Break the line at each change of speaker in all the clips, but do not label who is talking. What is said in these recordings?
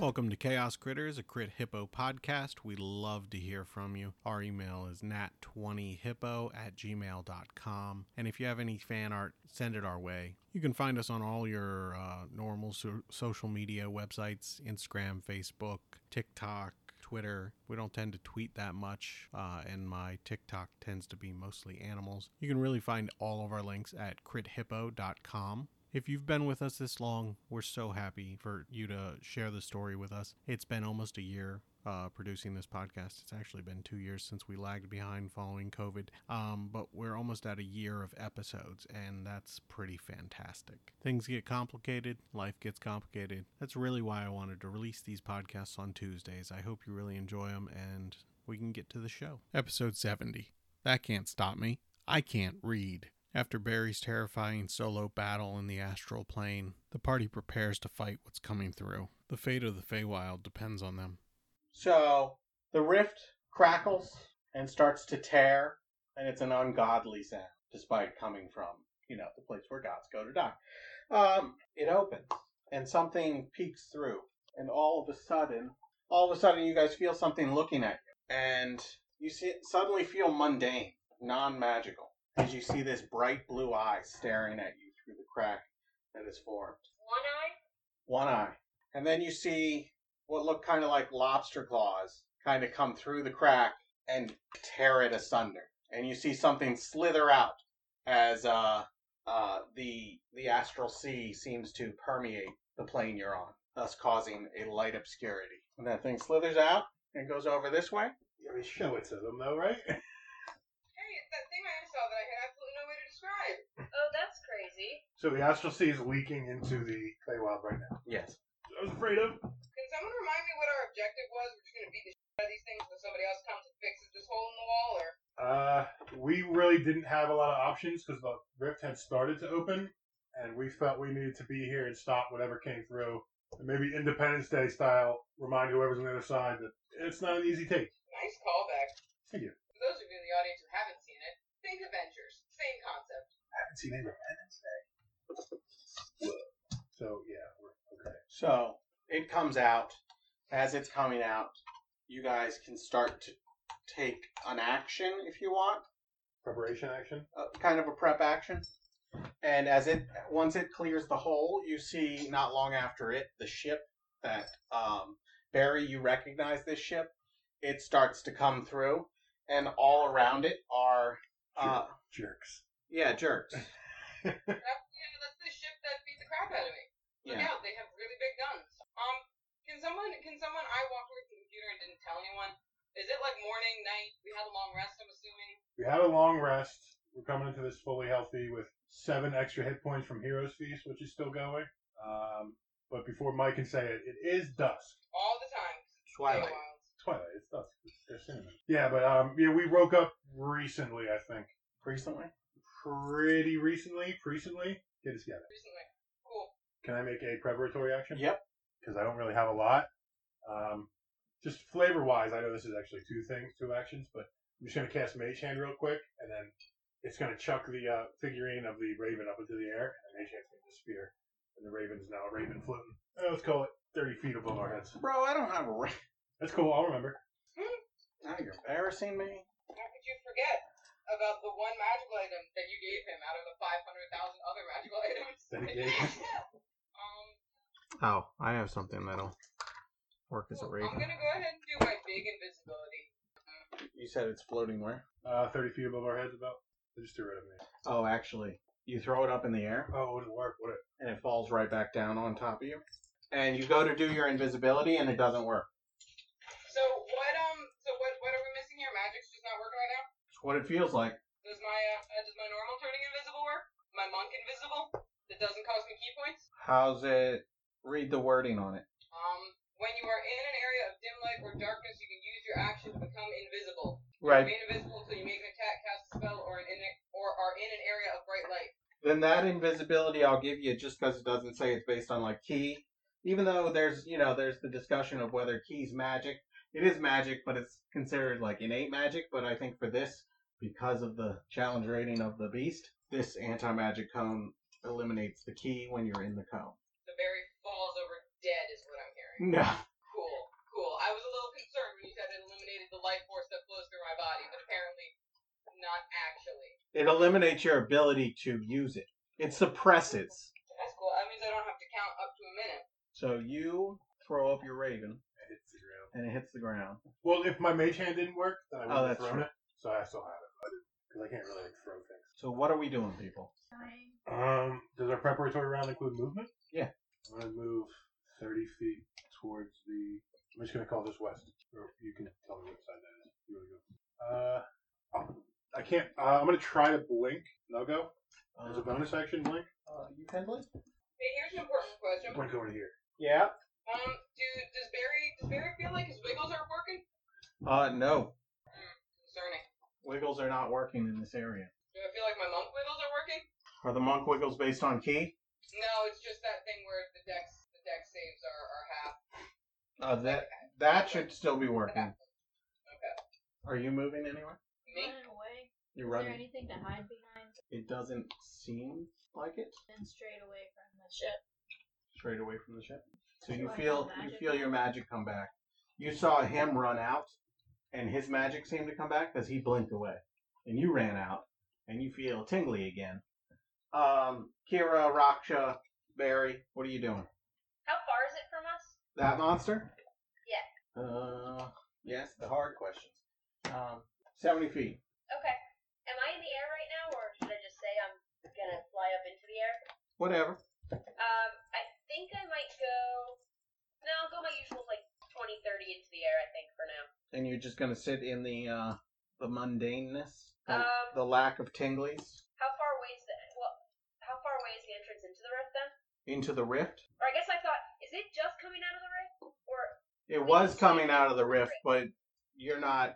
Welcome to Chaos Critters, a Crit Hippo podcast. We love to hear from you. Our email is nat20hippo at gmail.com. And if you have any fan art, send it our way. You can find us on all your uh, normal so- social media websites Instagram, Facebook, TikTok, Twitter. We don't tend to tweet that much, uh, and my TikTok tends to be mostly animals. You can really find all of our links at crithippo.com. If you've been with us this long, we're so happy for you to share the story with us. It's been almost a year uh, producing this podcast. It's actually been two years since we lagged behind following COVID, um, but we're almost at a year of episodes, and that's pretty fantastic. Things get complicated, life gets complicated. That's really why I wanted to release these podcasts on Tuesdays. I hope you really enjoy them, and we can get to the show. Episode 70. That can't stop me. I can't read. After Barry's terrifying solo battle in the astral plane, the party prepares to fight what's coming through. The fate of the Feywild depends on them. So the rift crackles and starts to tear, and it's an ungodly sound, despite coming from, you know, the place where gods go to die. Um, it opens, and something peeks through, and all of a sudden, all of a sudden, you guys feel something looking at you, and you see, suddenly feel mundane, non-magical, as you see this bright blue eye staring at you through the crack that is formed. One
One eye?
eye, and then you see what look kind of like lobster claws kind of come through the crack and tear it asunder. And you see something slither out as uh, uh, the the astral sea seems to permeate the plane you're on, thus causing a light obscurity. And that thing slithers out and goes over this way.
Yeah, we show it to them though, right?
Hey, that thing I saw that I had absolutely no way to describe.
Oh, that's crazy.
So the astral sea is leaking into the Feywild right now.
Yes.
I was afraid of.
Can someone remind me what our objective was? We're just gonna beat the shit out of these things until somebody else comes and fixes this hole in the wall, or
Uh, we really didn't have a lot of options because the rift had started to open, and we felt we needed to be here and stop whatever came through. And maybe Independence Day style, remind whoever's on the other side that it's not an easy take.
nice callback.
Thank you.
For those of you in the audience who haven't seen it, think Avengers. Same concept.
I haven't seen Independence Day. So yeah, we're okay.
So it comes out. As it's coming out, you guys can start to take an action if you want.
Preparation action.
uh, kind of a prep action. And as it once it clears the hole, you see not long after it the ship that um, Barry you recognize this ship. It starts to come through, and all around it are uh,
Jerks.
yeah jerks.
That's, yeah, that's the ship that beat the crap out of me. Look
Yeah,
out, they have really big guns. Um, can someone, can someone, I walked away from the computer and didn't tell anyone. Is it like morning, night? We had a long rest, I'm assuming.
We had a long rest. We're coming into this fully healthy with seven extra hit points from Heroes Feast, which is still going. Um, but before Mike can say it, it is dusk.
All the time.
Twilight.
Feywilds.
Twilight, it's dusk. It's, it's cinnamon. Yeah, but um, yeah, we woke up recently, I think.
Recently,
Pretty recently, recently. Get us together.
Recently. Cool.
Can I make a preparatory action?
yep.
Because I don't really have a lot. Um, just flavor wise, I know this is actually two things, two actions, but I'm just gonna cast Mage Hand real quick, and then it's gonna chuck the uh, figurine of the raven up into the air, and the Mage Hand's gonna spear, and the raven is now a raven floating. uh, let's call it 30 feet above our heads.
Bro, I don't have a ring.
That's cool. I'll remember.
Now you're embarrassing me.
How could you forget about the one magical item that you gave him out of the 500,000 other magical items?
That he gave him.
um,
Oh, I have something that'll work
cool. I'm gonna go ahead and do my big invisibility.
You said it's floating where?
Uh, 30 feet above our heads, about. They just threw rid of me.
Oh, actually, you throw it up in the air.
Oh, it wouldn't work, would it?
and it falls right back down on top of you. And you go to do your invisibility, and it doesn't work.
So what um, so what what are we missing here? Magic's just not working right now.
It's what it feels like.
Does my uh, uh, does my normal turning invisible work? My monk invisible that doesn't cost me key points.
How's it? Read the wording on it.
Um, when you are in an area of dim light or darkness, you can use your action to become invisible.
Right.
Remain invisible until you make an attack, cast a spell, or an in or are in an area of bright light.
Then that invisibility I'll give you just because it doesn't say it's based on like key. Even though there's you know there's the discussion of whether key's magic. It is magic, but it's considered like innate magic. But I think for this, because of the challenge rating of the beast, this anti-magic cone eliminates the key when you're in the cone.
The berry falls over dead is what I'm hearing.
No.
Cool, cool. I was a little concerned when you said it eliminated the life force that flows through my body, but apparently not actually.
It eliminates your ability to use it. It suppresses.
That's cool. That means I don't have to count up to a minute.
So you throw up your raven
It hits the ground.
and it hits the ground.
Well, if my mage hand didn't work, then I would
Oh,
have
that's
thrown
right.
it. So I still have it, because I can't really like, throw things.
So what are we doing, people?
Um, does our preparatory round include movement?
Yeah.
I'm gonna move thirty feet towards the. I'm just gonna call this west, or you can tell me what side that is. You wanna go? Uh, I can't. Uh, I'm gonna try to blink. No go. There's
Uh-huh.
a bonus action blink.
Uh, you can blink.
Hey, here's an important question.
Blink over to here.
Yeah.
Um, do does Barry does Barry feel like his wiggles aren't working?
Uh, no.
Concerning.
Wiggles are not working in this area.
Do I feel like my monk wiggles are working?
Are the monk wiggles based on key?
No, it's just that thing where the dex the dex saves are, are half.
Uh, that that should still be working.
Okay.
Are you moving anywhere?
Me?
Running away.
You're
Is there
running.
anything to hide behind
It doesn't seem like it.
and straight away from the ship?
Straight away from the ship. So
Do
you
I
feel
feel
you
magic?
feel your magic come back. You saw him run out, and his magic seemed to come back because he blinked away, and you ran out, and you feel tingly again. Um, Kira, Raksha, Barry, what are you doing?
How far is it from us?
That monster?
Yeah.
Uh, yes, the hard questions. Um, 70 feet.
Okay. Am I in the air right now, or should I just say I'm gonna fly up into the air?
Whatever.
Um, I think I might go. No, I'll go my usual like 20, 30 into the air. I think for now.
And you're just gonna sit in the uh, the mundaneness, the,
Um,
the lack of tinglies,
how far away is the well? How far away is the entrance into the rift then?
into the rift.
Or I guess I thought, is it just coming out of the rift, or
It was coming out of the rift, but you're not.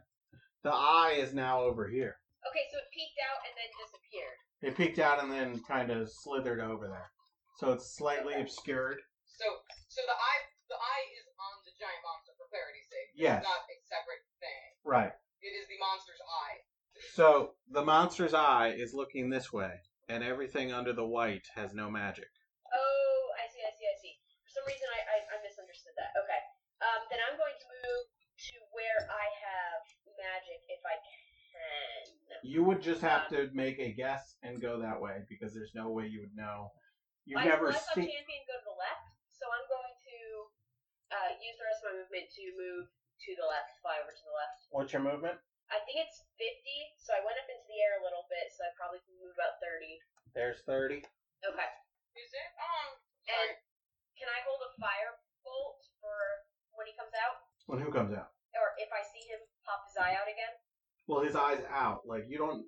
The eye is now over here.
okay? So it peeked out and then disappeared.
It peeked out and then kind of slithered over there, so it's slightly obscured.
So so the eye the eye is on the giant monster for clarity's sake.
Yes.
It's not a separate thing.
Right.
It is the monster's eye.
So the monster's eye is looking this way, and everything under the white has no magic.
Oh, I see, I see, I see. For some reason, I, I, I misunderstood that. Okay. Um, then I'm going to move to where I have magic if I can.
You would just have to make a guess and go that way because there's no way you would know. You've
I,
never
I saw
seen.
champion go to the left, so I'm going to uh, use the rest of my movement to move to the left, fly over to the left.
What's your movement?
I think it's 50, so I went up into the air a little bit, so I probably can move about 30.
There's thirty.
Okay.
Is it? Um
And
sorry.
can I hold a firebolt for when he comes out?
When who comes out?
Or if I see him pop his eye out again?
Well, his eyes out. Like you don't.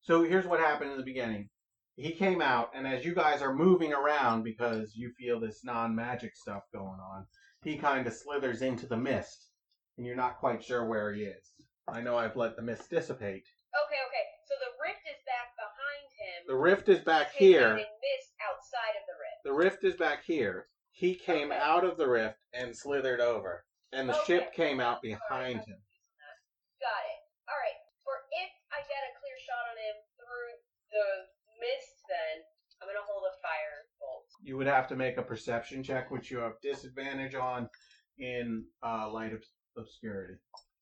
So here's what happened in the beginning. He came out, and as you guys are moving around because you feel this non-magic stuff going on, he kind of slithers into the mist, and you're not quite sure where he is. I know I've let the mist dissipate.
Okay, okay. So the rift is back behind him.
The rift is back
Came
here.
out And missed outside of the rift.
The rift is back here. He came out of the rift and slithered over, and the ship came out behind him.
Got it. All right. For if I get a clear shot on him through the mist, then I'm gonna hold a fire bolt.
You would have to make a perception check, which you have disadvantage on in uh, light of obscurity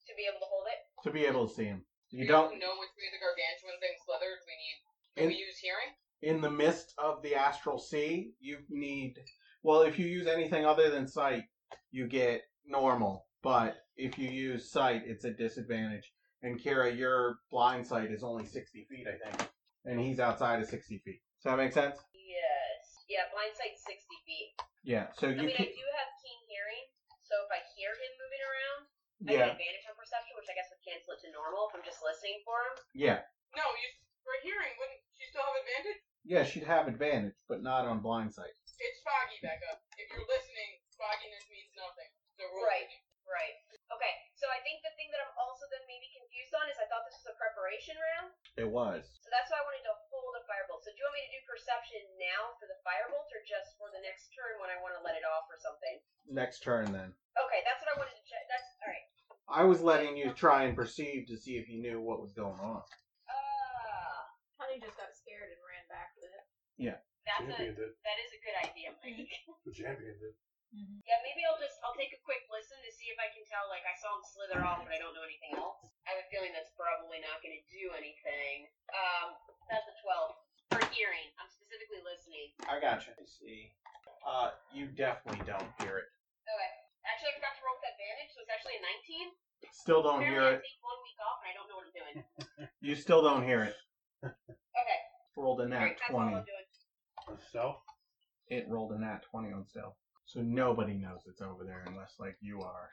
To be able to hold it,
to be able to see him. You
We
don't
know which way the gargantuan thing slithered. We need do
In-
we use hearing?
in the mist of the astral sea. You need well, if you use anything other than sight, you get normal. But if you use sight, it's a disadvantage. And Kira, your blind sight is only sixty feet, I think, and he's outside of sixty feet. Does that make sense?
yes. Yeah, blind sight's 60 feet.
Yeah. So
I
you
mean, I
can,
do have keen hearing, so if I hear him moving around, I
yeah
get advantage on perception, which I guess would cancel it to normal if I'm just listening for him.
yeah
No, you for hearing, wouldn't she still have advantage?
yeah she'd have advantage, but not on blind sight.
It's foggy, Becca. If you're listening, fogginess means nothing. So we're
Right. Right. Okay. So I think the thing that I'm also then maybe confused on is I thought this was a preparation round.
It was.
So that's why I wanted to hold a firebolt. So do you want me to do do perception now for the firebolt, or just for the next turn when I want to let it off or something?
Next turn, then.
Okay, that's what I wanted to check. That's all right.
I was letting you try and perceive to see if you knew what was going on.
Uh,
Honey just got scared and ran back with it.
that's a
Champion did.
that is a good idea, Mike.
The champion did.
Mm-hmm.
Yeah, maybe I'll just I'll take a quick listen to see if I can tell. Like I saw him slither off, but I don't know anything else. I have a feeling that's probably not going to do anything. Um, that's a twelve for hearing. I'm specifically listening.
I gotcha. I see. Uh, you definitely don't hear it.
Okay. Actually, I forgot to roll with advantage, so it's actually a 19.
Still don't
Apparently,
hear
I
it.
take one week off, and I don't know what I'm doing.
You still don't hear it.
Okay,
Rolled a nat
great. That's all
20.
I'm doing.
So,
It rolled a nat 20 on stealth. So nobody knows it's over there unless, like, you are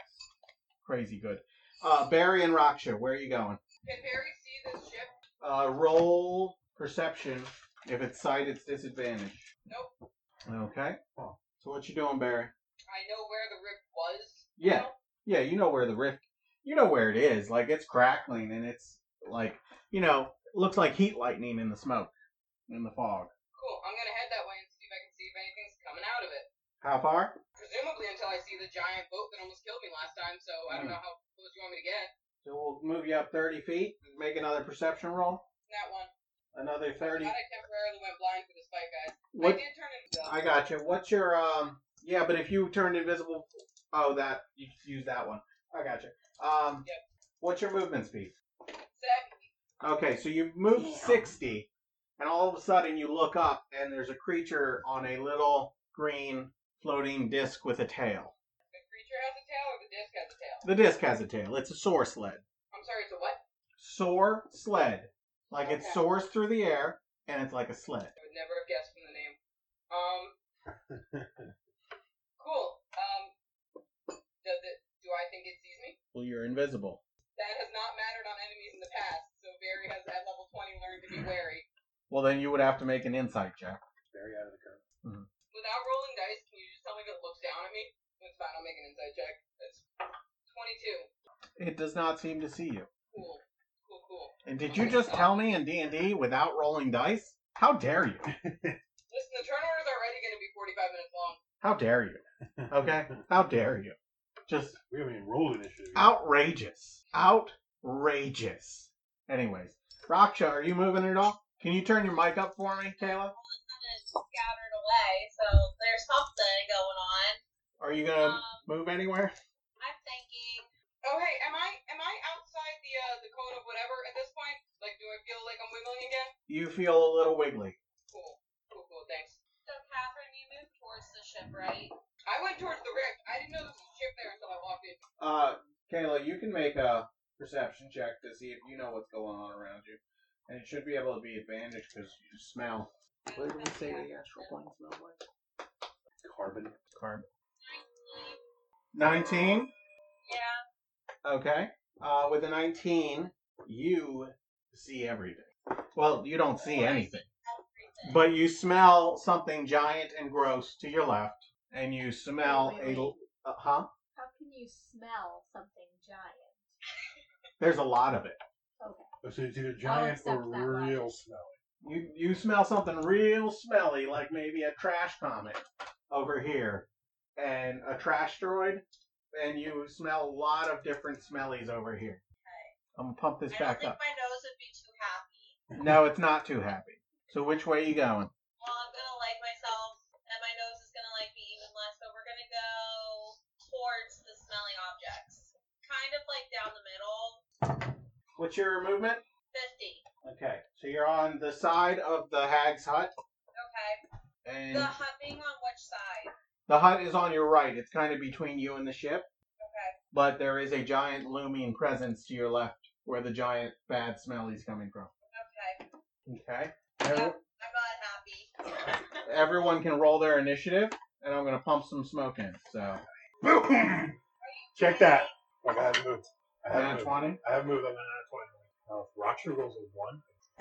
crazy good. Uh, Barry and Raksha, where are you going?
Can Barry see this ship?
Uh, roll perception. If it's sight, it's disadvantage.
Nope.
Okay.
Oh.
So what you doing, Barry?
I know where the rip was.
Yeah. Yeah, you know where the rift. You know where it is. Like it's crackling and it's like you know looks like heat lightning in the smoke, in the fog.
Cool. I'm gonna head that way and see if I can see if anything's coming out of it.
How far?
Presumably until I see the giant boat that almost killed me last time. So I don't
Hmm.
know how close you want me to get.
So we'll move you up thirty feet. Make another perception roll.
That one.
Another thirty.
I thought I temporarily went blind for this fight, guys. I
What?
did turn into
I got you. What's your um? Yeah, but if you turned invisible, oh that you just use that one. I got you. Um.
Yep.
What's your movement speed?
seven.
Okay, so you move 60, and all of a sudden you look up, and there's a creature on a little green floating disc with a tail.
The creature has a tail, or the disc has a tail.
The disc has a tail. It's a soar sled.
I'm sorry. It's a what?
Soar sled. Like it
Okay.
soars through the air, and it's like a sled.
I would never have guessed from the name. Um. cool. Um. Does it? Do I think it sees me?
Well, you're invisible.
That has not mattered on enemies in the past, so Barry has at level 20 learned to be wary.
Well, then you would have to make an insight check.
very out of the cut.
Without rolling dice, can you just tell me if it looks down at me? That's fine, I'll make an insight check. That's 22.
It does not seem to see you.
Cool. Cool, cool.
And did you just tell me in D&D without rolling dice? How dare you?
Listen, the turn order's already going to be 45 minutes long.
How dare you? Okay? How dare you? Just
We haven't even rolled initiative. yet.
Outrageous. Outrageous. Anyways, Raksha, are you moving at all? Can you turn your mic up for me, Kayla?
Scattered away, so there's something going on. Um,
Are you
Uh,
gonna move anywhere?
I'm thinking.
Oh, hey, am I am I outside the uh, the cone of whatever at this point? Like, do I feel like I'm wiggling again?
You feel a little wiggly.
Cool. Cool, cool, thanks.
So, Catherine, you moved towards the ship, right?
I went towards the rift. I didn't know there was a ship there until I walked in.
Uh, Kayla, you can make a perception check to see if you know what's going on around you, and it should be able to be advantage because you smell. What did we say the astral plane smells like?
Carbon.
Carbon. Nineteen.
Yeah.
Okay. Uh, with a 19, you see everything. Well, you don't see anything,
Everything.
but you smell something giant and gross to your left, and you smell a. l- Uh, huh?
How can you smell something giant?
There's a lot of it.
So it's either giant
accept
or
that one.
real smell.
You you smell something real smelly, like maybe a trash comet over here, and a trash droid, and you smell a lot of different smellies over here. I'm gonna pump this
I
back
don't
up.
think my nose would be too happy.
No, it's not too happy. So which way you going?
Well, I'm gonna like myself, and my nose is gonna like me even less. But we're gonna go towards the smelling objects, kind of like down the middle.
What's your movement?
Fifty.
Okay, so you're on the side of the hag's hut,
Okay.
and
The humming on which side?
the hut is on your right. It's kind of between you and the ship,
Okay.
but there is a giant looming presence to your left where the giant bad smell is coming from.
Okay.
Okay. Every-
I'm not happy.
Everyone can roll their initiative, and I'm going to pump some smoke in. So,
Boom! Check that. Like I haven't moved. I haven't
nat
moved.
20.
I haven't moved. I'm not at 20. Uh, Raksha rolls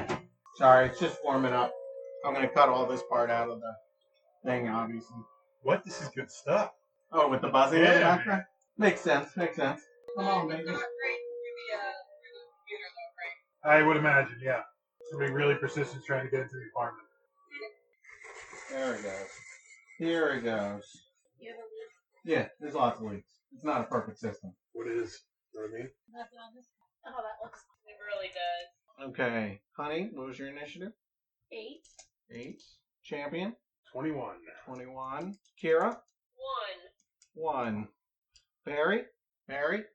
a 1.
Sorry, it's just warming up. I'm going to cut all this part out of the thing, obviously.
What? This is good stuff.
Oh, with the buzzing in the
Yeah.
background? Makes sense, makes sense. Come on,
It's
baby.
not great through the, uh, through the computer, though, right?
I would imagine, yeah. Somebody really persistent trying to get into the apartment.
There it goes. Here it goes.
You're the lead.
Yeah, there's lots of leaks. It's not a perfect system.
What is? You know what I mean?
Nothing on this. Oh, that looks. It really does.
Okay. Honey, what was your initiative?
Eight.
Eight. Champion?
21.
21. Kira?
One.
One. Barry? Barry?
21.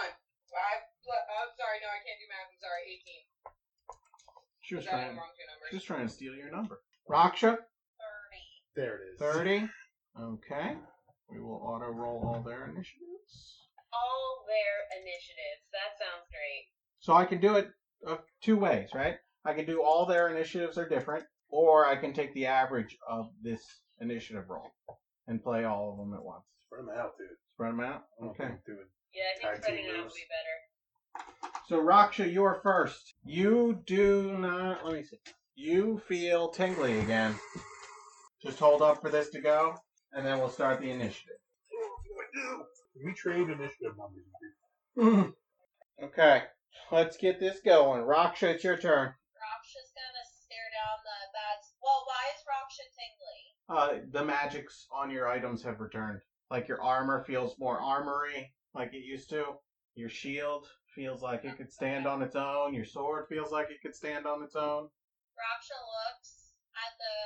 I, I'm sorry, no, I can't do math. I'm sorry, 18.
She was
Sorry, I'm
trying,
wrong two numbers.
she was trying to steal your number. Raksha?
Thirty.
There it is.
30. Okay. We will auto roll all their initiatives.
All their initiatives. That sounds great.
So I can do it uh, two ways, right? I can do all their initiatives are different, or I can take the average of this initiative roll and play all of them at once.
Spread them out, dude.
Spread them out?
I don't
Okay.
think do it.
Yeah, I think
Tag team
spreading it out
moves.
would be better.
So Raksha, you are first. You do not. Let me see. You feel tingly again. Just hold up for this to go, and then we'll start the initiative.
Can we trade initiative numbers?
Mm. okay, let's get this going. Raksha, it's your turn.
Raksha's gonna stare down the that's well, why is Raksha tingly?
Uh, the magics on your items have returned. Like your armor feels more armory, like it used to. Your shield feels like it could stand on its own. Your sword feels like it could stand on its own.
Raksha looks at the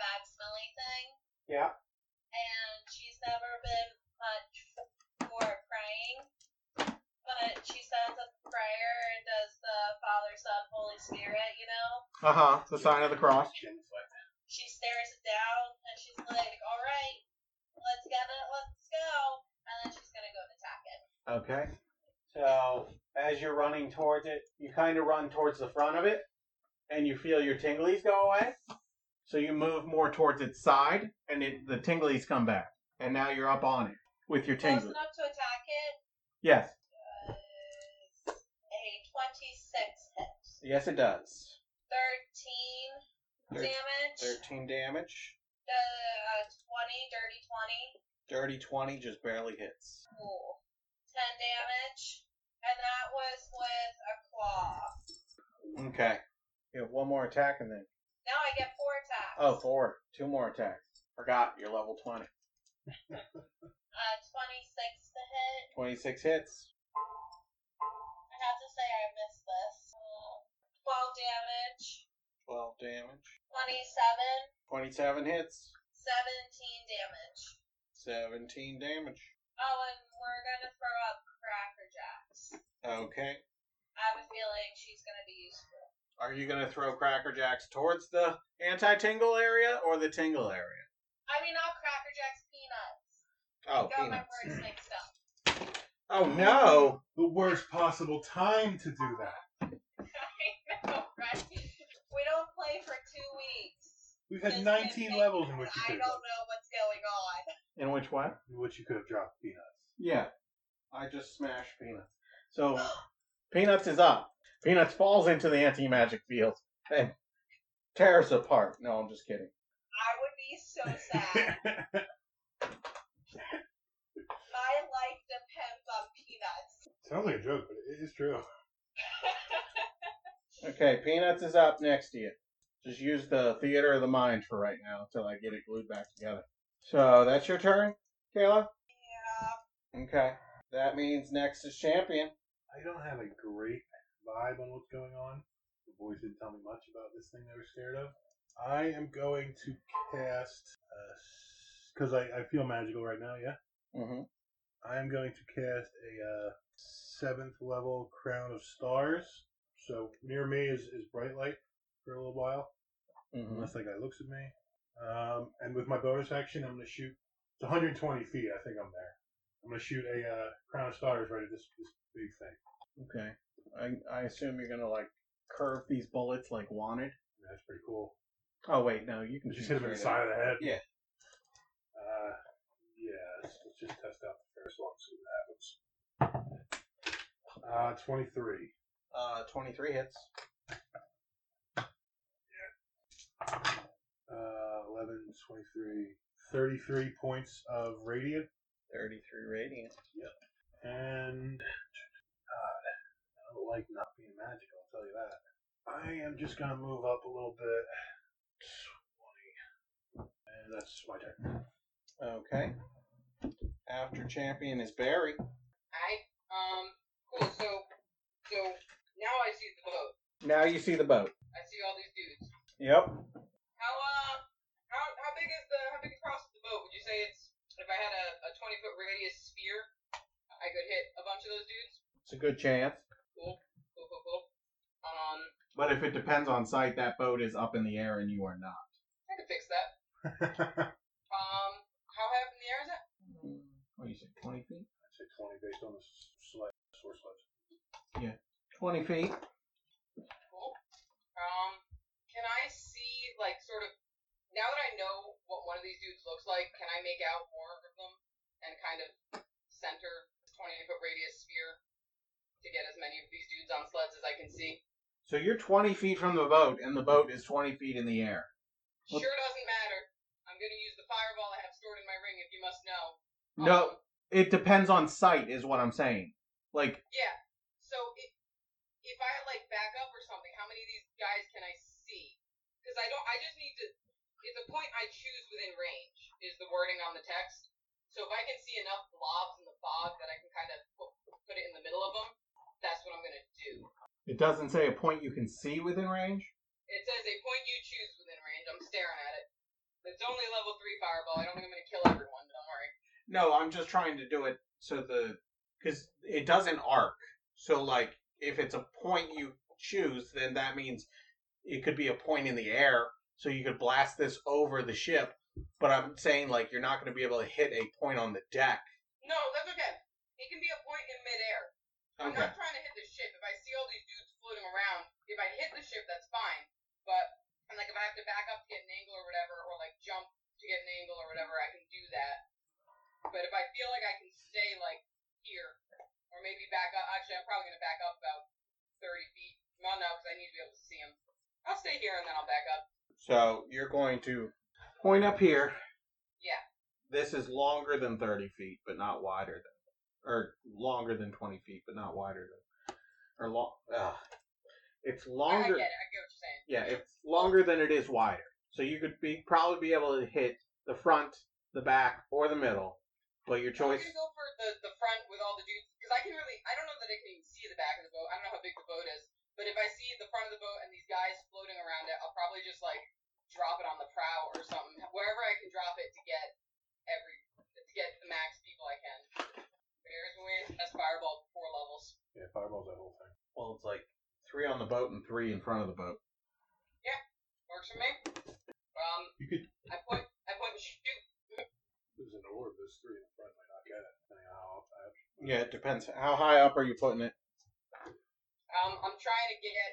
bad smelly thing.
Yeah.
And she's never been much for praying. But she says a prayer and does the Father, Son, Holy Spirit, you know?
Uh huh. The sign of the cross.
Chin flex.
She stares it down and she's like, Alright, let's get it, let's go and then she's gonna go and attack it.
Okay. So as you're running towards it, you kind of run towards the front of it, and you feel your tinglies go away. So you move more towards its side, and it, the tinglies come back, and now you're up on it with your
Close
tingly.
enough to attack it
Yes.
is a twenty-six hit.
Yes, it does.
13
Thir-
damage.
Thirteen damage.
Uh, 20, dirty 20.
Dirty twenty just barely hits.
Ooh. 10 damage. And that was with a claw.
Okay. You have one more attack, and then
Now I get four attacks.
oh, four, two more attacks. Forgot you're level twenty.
Uh, 26 to hit.
Twenty-six hits.
I have to say I missed this. Uh, 12 damage.
Twelve damage.
27.
Twenty-seven hits.
17 damage.
Seventeen damage.
Oh, and we're gonna throw up Cracker Jacks.
Okay.
I have a feeling she's gonna be useful.
Are you going to throw Cracker Jacks towards the anti tingle area or the tingle area?
I mean, not Cracker Jacks, peanuts.
Oh,
Got my
peanuts.
words mixed up.
Oh, no.
The worst possible time to do that.
I know, right? We don't play for two weeks.
We've
Just
had 19
kidding.
levels in which you
I
could have
don't know what's going on.
In which what?
in which you could have dropped peanuts.
Yeah. I just smashed Peanuts. So, Peanuts is up. Peanuts falls into the anti magic field and tears apart. No, I'm just kidding.
I would be so sad. My life depends on peanuts.
Sounds like a joke, but it is true.
Okay, Peanuts is up next to you. Just use the theater of the mind for right now until I get it glued back together. So, that's your turn, Kayla?
yeah.
Okay. That means next is champion.
I don't have a great vibe on what's going on. The boys didn't tell me much about this thing they were scared of. I am going to cast, because I, I feel magical right now, yeah?
Mm-hmm.
I am going to cast a uh, seventh level Crown of Stars. So near me is, is bright light for a little while,
Mm-hmm.
unless that guy looks at me. Um, and with my bonus action, I'm going to shoot. It's 120 feet, I think I'm there. I'm going to shoot a uh, Crown of Stars right at this, this big thing.
Okay. I I assume you're gonna like curve these bullets like wanted.
That's pretty cool.
Oh wait, no, you can
Just hit him in the
straight
side of the head.
Yeah.
Uh, yeah, let's, let's just test out the first one, see what happens. Uh, 23.
up. Uh, twenty three hits.
Uh, 11, 23, 33 points of radiant,
Thirty three radiant.
and God, I don't like not being magic. I'll tell you that. I am just gonna move up a little bit, 20, that's my turn.
Okay. Mm-hmm. After champion is Barry.
I um cool. So so now I see the boat.
Now you see the boat.
I see all these dudes.
Yep.
How uh how how big is the how big across the boat? Would you say it's if I had a, a twenty foot radius sphere, I could hit a bunch of those dudes?
It's a good chance.
Cool, cool, cool. Um,
But if it depends on site, that boat is up in the air and you are not.
I could fix that.
I'd
Um, how high up in the air is that?
What do you say, 20 feet?
say 20 based on the s- sled, source sled.
20 feet.
Cool. Um, can I see like sort of now that I know what one of these dudes looks like, can I make out more of them and kind of center twenty foot radius sphere to get as many of these dudes on sleds as I can see?
So you're 20 feet from the boat, and the boat is 20 feet in the air.
Sure doesn't matter. I'm gonna use the fireball I have stored in my ring if you must know.
No,
Um,
it depends on site, is what I'm saying. Like,
yeah. So if if I like back up or something, how many of these guys can I see? Because I don't. I just need to. It's a point I choose within range. Is the wording on the text. So if I can see enough blobs in the fog that I can kind of put, put it in the middle of them, that's what I'm gonna do.
it doesn't say a point you can see within range.
It says a point you choose within range. I'm staring at it. It's only level three fireball. I don't think I'm gonna kill everyone. Don't worry.
No, I'm just trying to do it so the. Because it doesn't arc. So, like, if it's a point you choose, then that means it could be a point in the air. So you could blast this over the ship. But I'm saying, like, you're not going to be able to hit a point on the deck.
No, that's okay. It can be a point in midair. I'm not trying to hit the ship. If I see all these dudes floating around, if I hit the ship, that's fine. But and like if I have to back up to get an angle or whatever, or like jump to get an angle or whatever, I can do that. But if I feel like I can stay like here, or maybe back up. Actually, I'm probably gonna back up about 30 feet. Well, no, because I need to be able to see him. I'll stay here and then I'll back up.
So you're going to point up here.
Yeah.
This is longer than 30 feet, but not wider than, or longer than 20 feet, but not wider than, or long. Uh, it's
I-
longer.
I get it. I get what you're saying.
Yeah, it's longer than it is wider. So you could be probably be able to hit the front, the back, or the middle, but your
I'm
choice.
gonna go for the, the front with all the dudes because I can really I don't know that I can even see the back of the boat. I don't know how big the boat is, but if I see the front of the boat and these guys floating around it, I'll probably just like drop it on the prow or something wherever I can drop it to get every to get the max people I can. Bears and waves, that's fireball four levels.
Yeah, fireballs that whole thing.
Well, it's like three on the boat and three in front of the boat.
Works for me. Um,
You could.
I point I point and shoot.
There's an orb. There's three in the front. Might not get it. Depending on how up I have.
Yeah, it depends. How high up are you putting it?
Um, I'm trying to get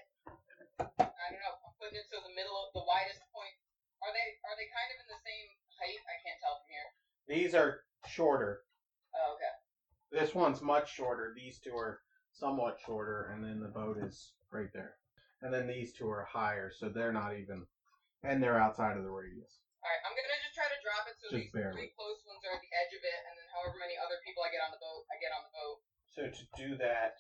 I don't know. I'm putting it to the middle of the widest point. Are they are they kind of in the same height? I can't tell from here.
These are shorter.
Oh, okay.
This one's much shorter. These two are somewhat shorter, and then the boat is right there. And then these two are higher, so they're not even, and they're outside of the radius.
Alright, I'm gonna just try to drop it so
Just
these
barely.
three close ones are at the edge of it, and then however many other people I get on the boat, I get on the boat.
So to do that,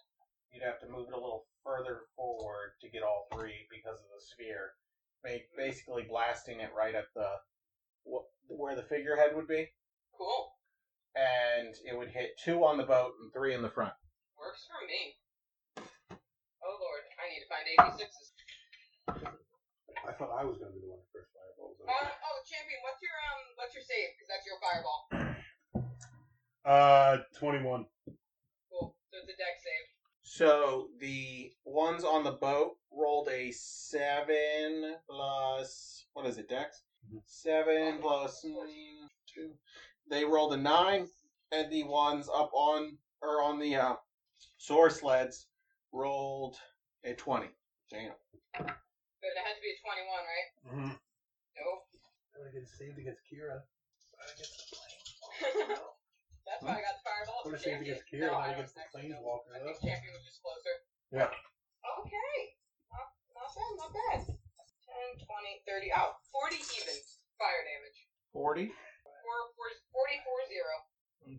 you'd have to move it a little further forward to get all three because of the sphere. Ba- Basically, blasting it right at the wh- where the figurehead would be,
Cool.
and it would hit two on the boat and three in the front.
Works for me. Oh lord, I need to find 86s.
I thought I was going to be the one to first fireballs.
Um, oh, champion, what's your um, what's your save? Because that's your fireball.
Uh, 21.
Cool. So it's a deck save.
So the ones on the boat rolled a seven plus what is it, Dex?
Mhm.
Seven plus mm, two. They rolled a nine, and the ones up on or on the uh, source sleds rolled a twenty. Damn.
But it had to be a 21, right?
Mm-hmm.
Nope.
I'm going to get saved against Kira. I guess
That's why I got the fireball.
What if
Champion.
he gets killed?
No,
How
I
he
don't
gets the
actually know.
planeswalker,
I
though?
think champion was just closer.
Yeah.
Okay. Not, not bad, not bad. 10, 20, 30, oh, 40 even fire damage.
Forty.
4,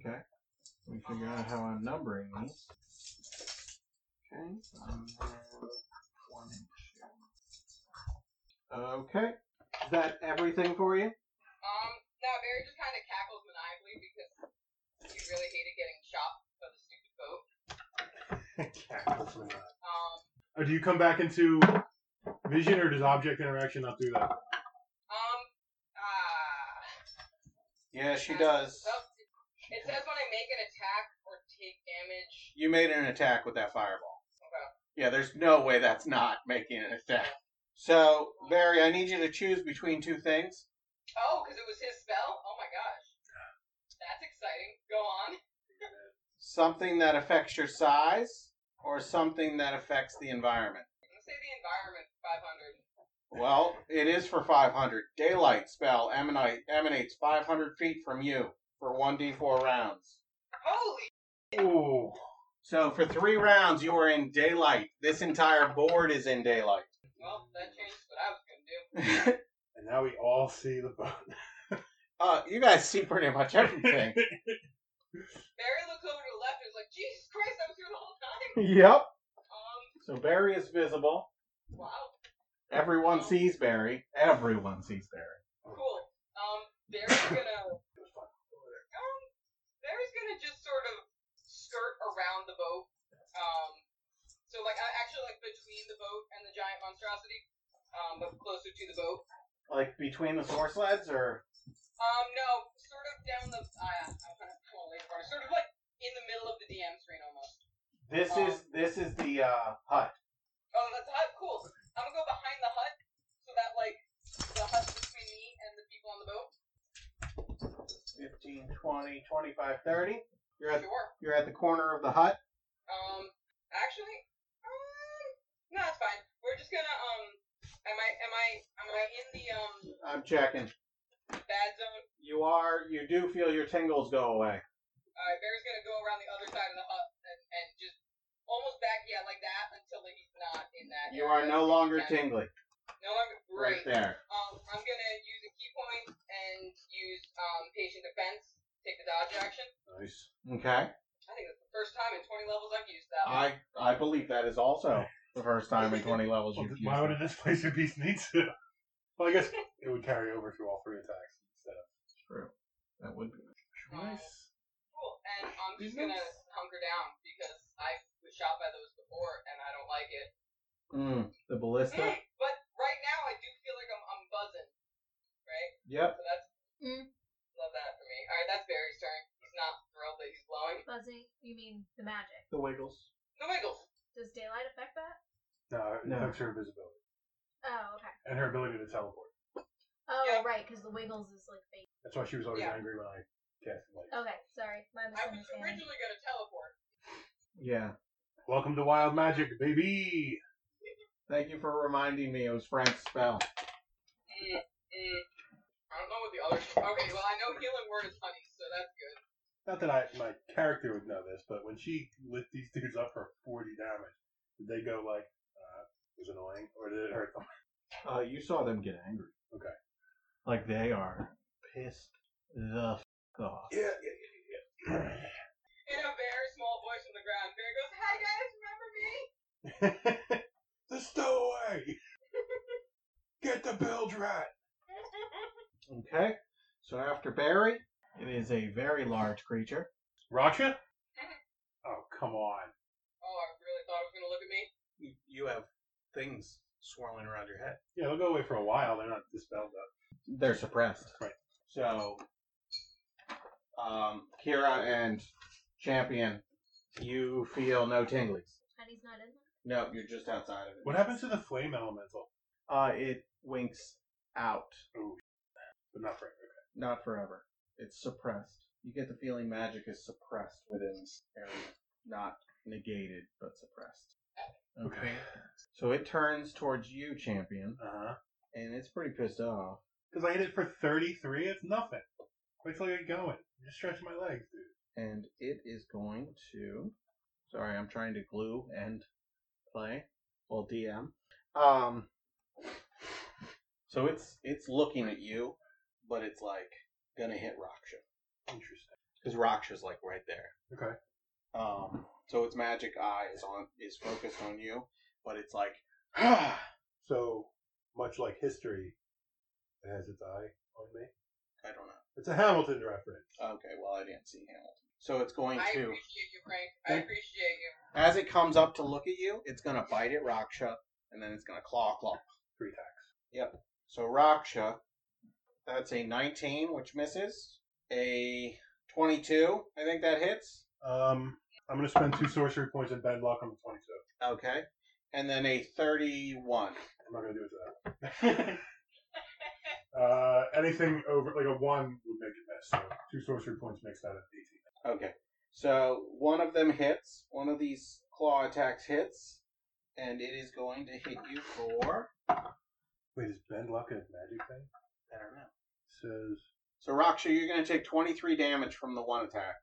40, 40, 0.
Okay. Let me figure out how I'm numbering these. Okay. um, one, two. Okay. Is that everything for you?
Um, Barry just kind of cackles maniacally because he really hated getting shot by the stupid boat.
Cackles and that.
Um,
Or Uh, do you come back into vision, or does object interaction not do that?
um, ah.
Yeah, she does.
Well, it says when I make an attack or take damage.
You made an attack with that fireball.
Okay.
Yeah, there's no way that's not making an attack. So, Barry, I need you to choose between two things.
Oh, because it was his spell? Oh my gosh. That's exciting. Go on.
Something that affects your size or something that affects the environment.
I'm going to say the environment 500.
Well, it is for 500. Daylight spell emanate, emanates 500 feet from you for 1d4 rounds.
Holy
Ooh.
So for three rounds, you are in daylight. This entire board is in daylight.
Well, that changed what I was gonna do.
And now we all see the boat.
uh, you guys see pretty much everything.
Barry looks over to the left and is like, Jesus Christ, I was here the whole time.
yep.
Um,
So Barry is visible.
wow,
Everyone sees Barry. Everyone sees Barry.
cool. Um, Barry's gonna, um, Barry's gonna just sort of skirt around the boat. Um, so like, I- actually like between the boat and the giant monstrosity, um, but closer to the boat.
Like between the source sleds, or
Um, no, sort of down the, I, I'm trying to pull away from it. sort of like in the middle of the DM screen almost.
this is this is the uh, hut.
Oh, that's the hut. Cool. I'm gonna go behind the hut so that like the hut's between me and the people on the boat.
15, 20, 25, 30. You're at
Sure.
you're at the corner of the hut.
Um, actually, um, no, it's fine. We're just gonna um, am I am I am I in the um
I'm checking.
bad zone?
You are you do feel your tingles go away.
Uh, Bear's gonna go around the other side of the hut and, and just almost back yeah like that until he's not in that.
You are no longer
tingling.
tingly.
No longer
Right
great.
there.
Um, I'm gonna use a key point and use um patient defense. Take the dodge action.
Nice.
I
Okay.
think that's the first time in 20 levels I've used that. one.
I I believe that is also the first time in 20 levels
Well,
you've used
why would
it.
this place of beast needs to? Well, I guess it would carry over through all three attacks instead of.
True. That would be
Nice. Cool. And I'm just gonna hunker down because I was shot by those before and I don't like it.
mm, the ballista.
Mm, but right now I do feel like I'm, I'm buzzing. Right?
Yep.
So that's
Mm.
love that for me. All right, that's Barry's turn. He's not thrilled that he's blowing.
Buzzing, you mean the magic.
The Wiggles.
The Wiggles.
Does daylight affect that?
No, it
No.
affects her invisibility
Oh, okay.
and her ability to teleport.
Oh,
Yeah.
right, because the Wiggles is like fake.
That's why she was always
Yeah.
angry when I cast light.
Okay, sorry, my
I was
misunderstanding.
originally gonna teleport.
Yeah.
Welcome to Wild Magic, baby.
Thank you for reminding me. It was Frank's spell.
Mm, mm. I don't know what the other. Okay, well I know healing word is honey, so that's good.
Not that I my character would know this, but when she lit these dudes up for forty damage, did they go like, uh, "It was annoying," or did it hurt them?
Uh, you saw them get angry.
Okay.
Like they are pissed the f- off.
Yeah, yeah, yeah,
In a
yeah.
very small voice from the ground, Barry goes, "Hi guys, remember me?"
the stowaway. Get the bilge rat.
Okay. So after Barry, it is a very large creature.
Raksha? Oh come on.
Oh, I really thought it was gonna look at me.
You, you have things swirling around your head.
Yeah, they'll go away for a while. They're not dispelled though.
They're suppressed.
Right.
So, um, Kira and Champion, you feel no tinglies.
And he's not in there?
No, you're just outside of it.
What happens to the flame elemental? Oh,
Uh, it winks out.
But not forever. Okay.
Not forever. It's suppressed. You get the feeling magic is suppressed within this area. Not negated, but suppressed.
Okay.
So it turns towards you, Champion,
Uh huh.
and it's pretty pissed off.
Because I hit it for 33. It's nothing. Wait till I get going. I'm just stretching my legs, dude.
and it is going to. Sorry, I'm trying to glue and play. Well, DM. Um. So it's it's looking at you, but it's like gonna hit Raksha
Interesting.
because Raksha's like right there.
Okay.
Um. So its magic eye is on is focused on you, but it's like
So much like history, it has its eye on me.
I don't know.
It's a Hamilton reference.
Okay, well, I didn't see Hamilton. So it's going
I
to,
appreciate you, Frank. I
Thank-
appreciate you.
as it comes up to look at you, it's going to bite at Raksha, and then it's going to claw, claw.
Three attacks.
So Raksha, that's a 19, which misses. A 22, I think that hits.
Um, I'm gonna spend two sorcery points and bad luck on the 22.
Okay. And then a 31.
I'm not gonna do it to that. uh, anything over like a one would make it miss. So two sorcery points makes that an 18.
Okay. So one of them hits, one of these claw attacks hits, and it is going to hit you for.
Wait, is bad luck a magic thing?
I don't know.
Says
So Raksha, you're going to take 23 damage from the one attack,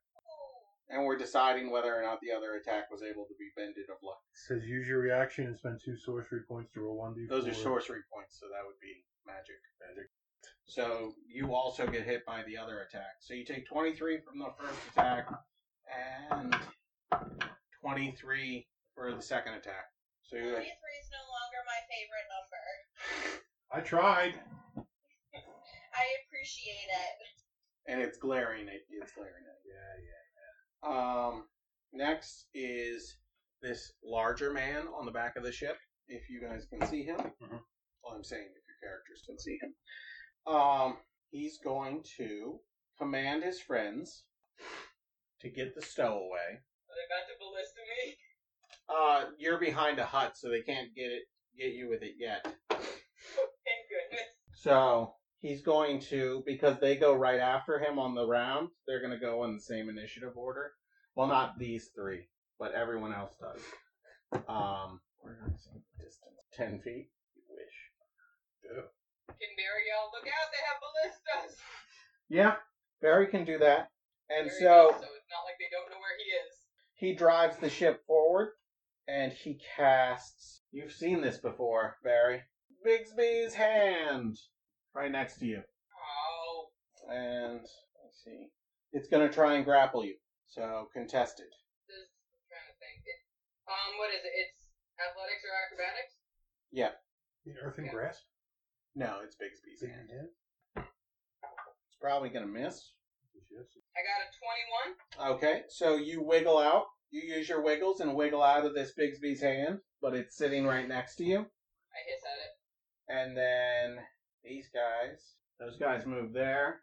and we're deciding whether or not the other attack was able to be bended of luck.
says use your reaction and spend two sorcery points to roll one d4.
Those are sorcery points, so that would be magic. Magic. So you also get hit by the other attack. So you take 23 from the first attack and 23 for the second attack. So you
Twenty three is no longer my favorite number.
I tried.
I appreciate it.
and it's glaring at it's glaring at
Yeah, yeah.
you. Um next is this larger man on the back of the ship if you guys can see him.
Mhm.
Well, I'm saying if your characters can see him. Um he's going to command his friends to get the stowaway.
Are they about to ballista me?
Uh, you're behind a hut, so they can't get it, get you with it yet.
Thank goodness.
So he's going to because they go right after him on the round. They're going to go in the same initiative order. Well, not these three, but everyone else does. Um, we're going to distance ten feet. You wish.
Can Barry yell, look out, they have ballistas.
Yeah, Barry can do that, and
Barry
so
yells, so it's not like they don't know where he is.
he drives the ship forward, and he casts. You've seen this before, Barry. Bigsby's hand right next to you.
Oh,
and let's see. It's gonna try and grapple you. So contested.
this I'm trying to think. It, um, what is it? It's athletics or acrobatics?
The earthen
Yeah.
grasp.
No, it's Bigsby's
Big
hand.
hand.
It's probably gonna miss.
Yes.
I got a 21.
Okay, so you wiggle out. You use your wiggles and wiggle out of this Bigsby's hand, but it's sitting right next to you.
I hiss at it.
And then these guys, those guys move there.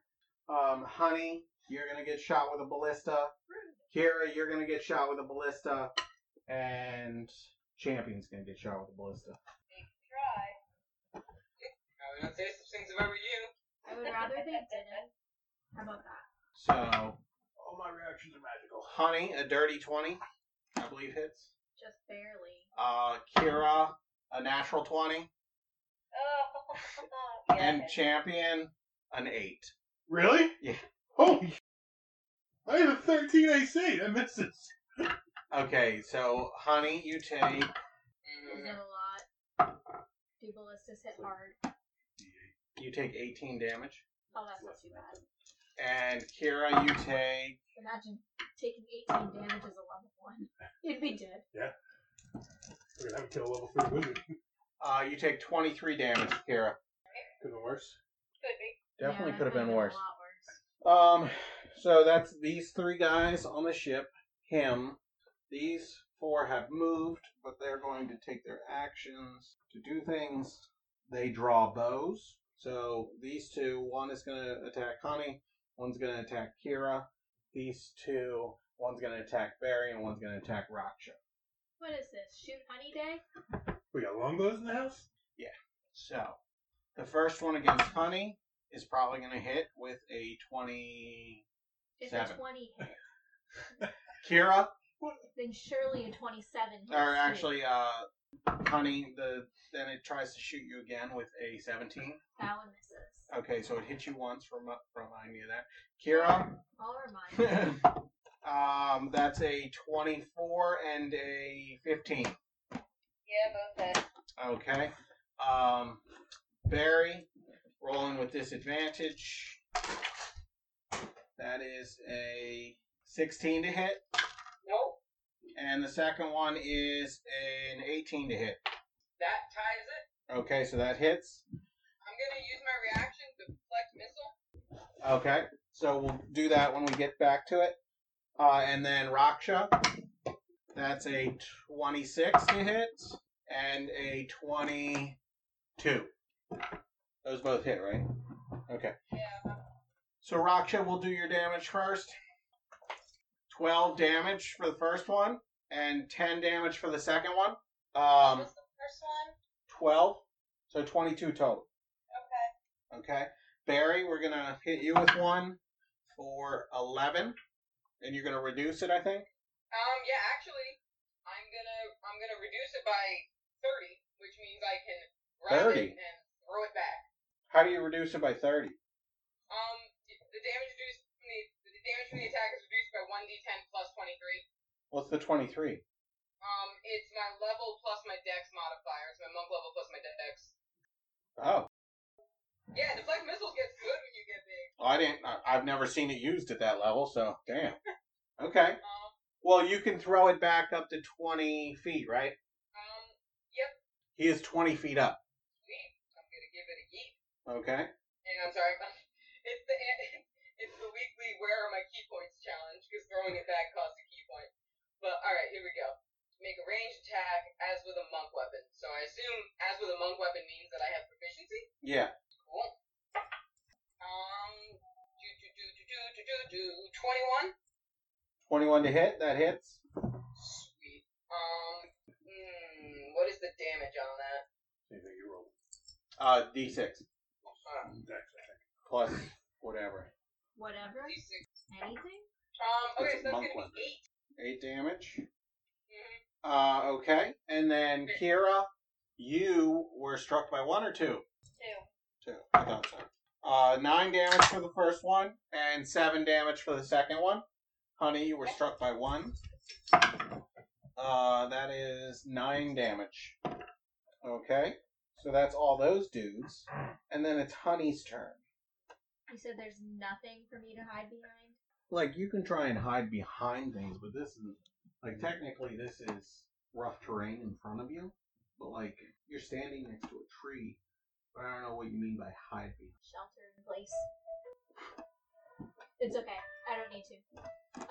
Um, Honey, you're gonna get shot with a ballista. Kira, you're gonna get shot with a ballista, and Champion's gonna get shot with a ballista.
Try.
I would not say such things if I were you.
I would rather they didn't. How about that?
So
All my reactions are magical.
Honey, a dirty 20, I believe hits.
Just barely.
Uh, Kira, a natural 20.
Oh,
And
yeah.
Champion, an 8.
Really?
Yeah.
Holy. sh- I have a 13 AC. That misses.
Okay, so Honey, you take.
Is it
Mm-hmm.
a lot? Do ballistas hit hard?
You take 18 damage.
Oh, that's not too bad.
And Kira, you take.
Imagine taking 18 damage as a level 1. You'd be dead.
We're gonna have to kill a level three wizard.
Uh, you take 23 damage, Kira.
Could have been worse.
Could be.
Definitely
Yeah,
could have
that
been worse.
A lot worse.
Um, so that's these three guys on the ship. Him. These four have moved, but they're going to take their actions to do things. They draw bows. So these two, one is going to attack Connie, one's going to attack Kira. These two, one's going to attack Barry, and one's going to attack Raksha.
What is this? Shoot Honey Day?
We got longbows in the house.
So the first one against Honey is probably going to hit with a 20.
If
Seven.
a 20 hit,
Kira
then surely a 27 hits.
or
too.
actually uh honey the then it tries to shoot you again with a 17
That one misses.
okay so it hit you once uh, rem- remind me of that kira
I'll remind you.
um that's a 24 and a 15
Yeah, both hit.
okay um barry rolling with disadvantage that is a 16 to hit
Nope.
and the second one is an 18 to hit
That ties it.
okay so that hits
I'm going to use my reaction to deflect missile.
Okay. So we'll do that when we get back to it. Uh, and then Raksha, that's a 26 to hit and a 22. Those both hit, right? Okay.
Yeah.
So Raksha will do your damage first. 12 damage for the first one and 10 damage for the second one.
What
Um,
was the first one?
12, so 22 total.
Okay.
Okay. Barry, we're going to hit you with one for 11, and you're going to reduce it, I think.
Um, yeah, actually, I'm gonna I'm gonna reduce it by thirty, which means I can grab it
30?
and throw it back.
How do you reduce it by 30?
Um, the damage reduced from the the damage from the attack is reduced by one d10 plus twenty three.
What's the 23?
Um, it's my level plus my dex modifier. It's my monk level plus my dex.
Oh,
Yeah, deflect missiles gets good when you get big.
well, I didn't. I- I've never seen it used at that level, so damn. Okay.
Um,
Well, you can throw it back up to 20 feet, right?
um,
He is 20 feet up.
sweet. I'm gonna give it a yeet.
Okay.
Hang on, sorry. It's the it's the weekly where are my key points challenge because throwing it back costs a key point. But all right, here we go. Make a ranged attack as with a monk weapon. So I assume as with a monk weapon means that I have proficiency.
Yeah.
Cool. Um, do do do do do do do do twenty one.
21 to hit. That hits.
Sweet. Um, hmm, what is the damage on that?
Anything you roll.
Uh, D6
Uh,
Dex, I think.
plus whatever.
Whatever.
D6.
Anything.
Um, okay,
It's a
so that's
monk
gonna
weapon.
be eight.
8 damage.
Mhm.
Uh, okay. And then Kira, you were struck by one or two.
Two.
Two. I thought so. Uh, nine damage for the first one and seven damage for the second one. Honey, you were struck by one. Uh, that is nine damage. Okay. So that's all those dudes. And then it's Honey's turn.
You said there's nothing for me to hide behind.
Like, you can try and hide behind things, but this is. Like, technically, this is rough terrain in front of you. But, like, you're standing next to a tree. But I don't know what you mean by hide behind.
Shelter in place. It's okay. I don't need to.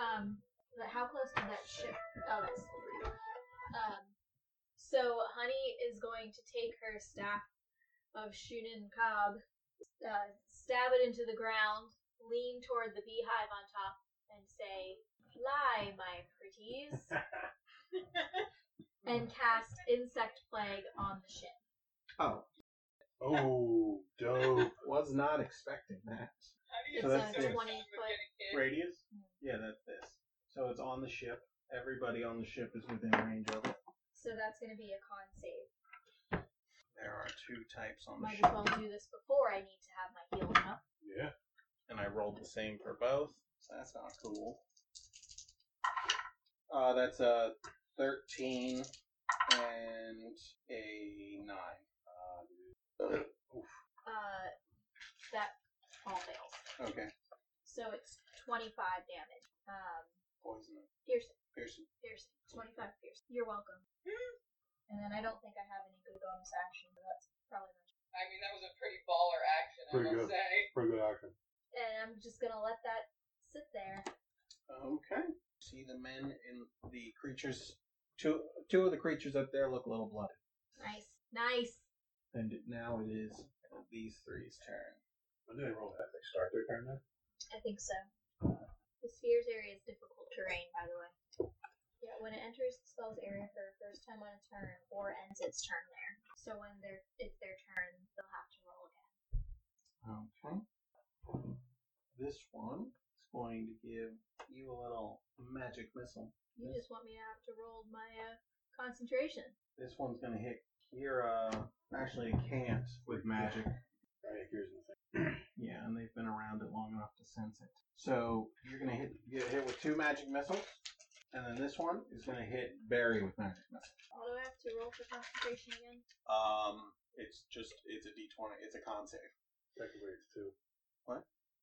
Um, but how close did that ship? Oh, that's. Um, so Honey is going to take her staff of Shunin Cobb, uh, stab it into the ground, lean toward the beehive on top, and say, "Fly, my pretties," and cast insect plague on the ship.
Oh,
Oh, dope.
was not expecting that.
How do you
It's
So that's
a
this.
twenty foot.
Radius? Yeah, that's this. So it's on the ship. Everybody on the ship is within range of it.
So that's going to be a con save.
There are two types on the
Might as
ship,
well do this before I need to have my healing up.
Yeah.
and I rolled the same for both. So that's not cool. Uh, that's a 13 and a 9.
Uh, that all fails.
Okay.
So it's 25 damage. Um,
Poison.
piercing,
Piercing.
piercing, 25 piercing. You're welcome. Hmm. And then I don't think I have any good bonus action, but that's probably much.
I mean, that was a pretty baller action, I
Pretty
must
good.
say.
Pretty good action.
And I'm just gonna let that sit there.
Okay. See the men and the creatures. Two, two of the creatures up there look a little bloody.
Nice, nice.
And now it is these three's turn.
When did they roll that? They start their turn then?
I think so. The sphere's area is difficult terrain, by the way. Yeah, when it enters the spell's area for the first time on a turn, or ends its turn there. So when they're, it's their turn, they'll have to roll again.
Okay. This one is going to give you a little magic missile.
You just want me to have to roll my uh, concentration.
This one's going to hit Kira. Actually, it can't with magic.
Right, here's the thing.
Yeah, and they've been around it long enough to sense it. So you're going to hit get hit with two magic missiles, and then this one is going to hit Barry with magic missile.
What do I have to roll for concentration again?
Um, it's just it's a D20. It's a con save.
Technically, it's two.
What?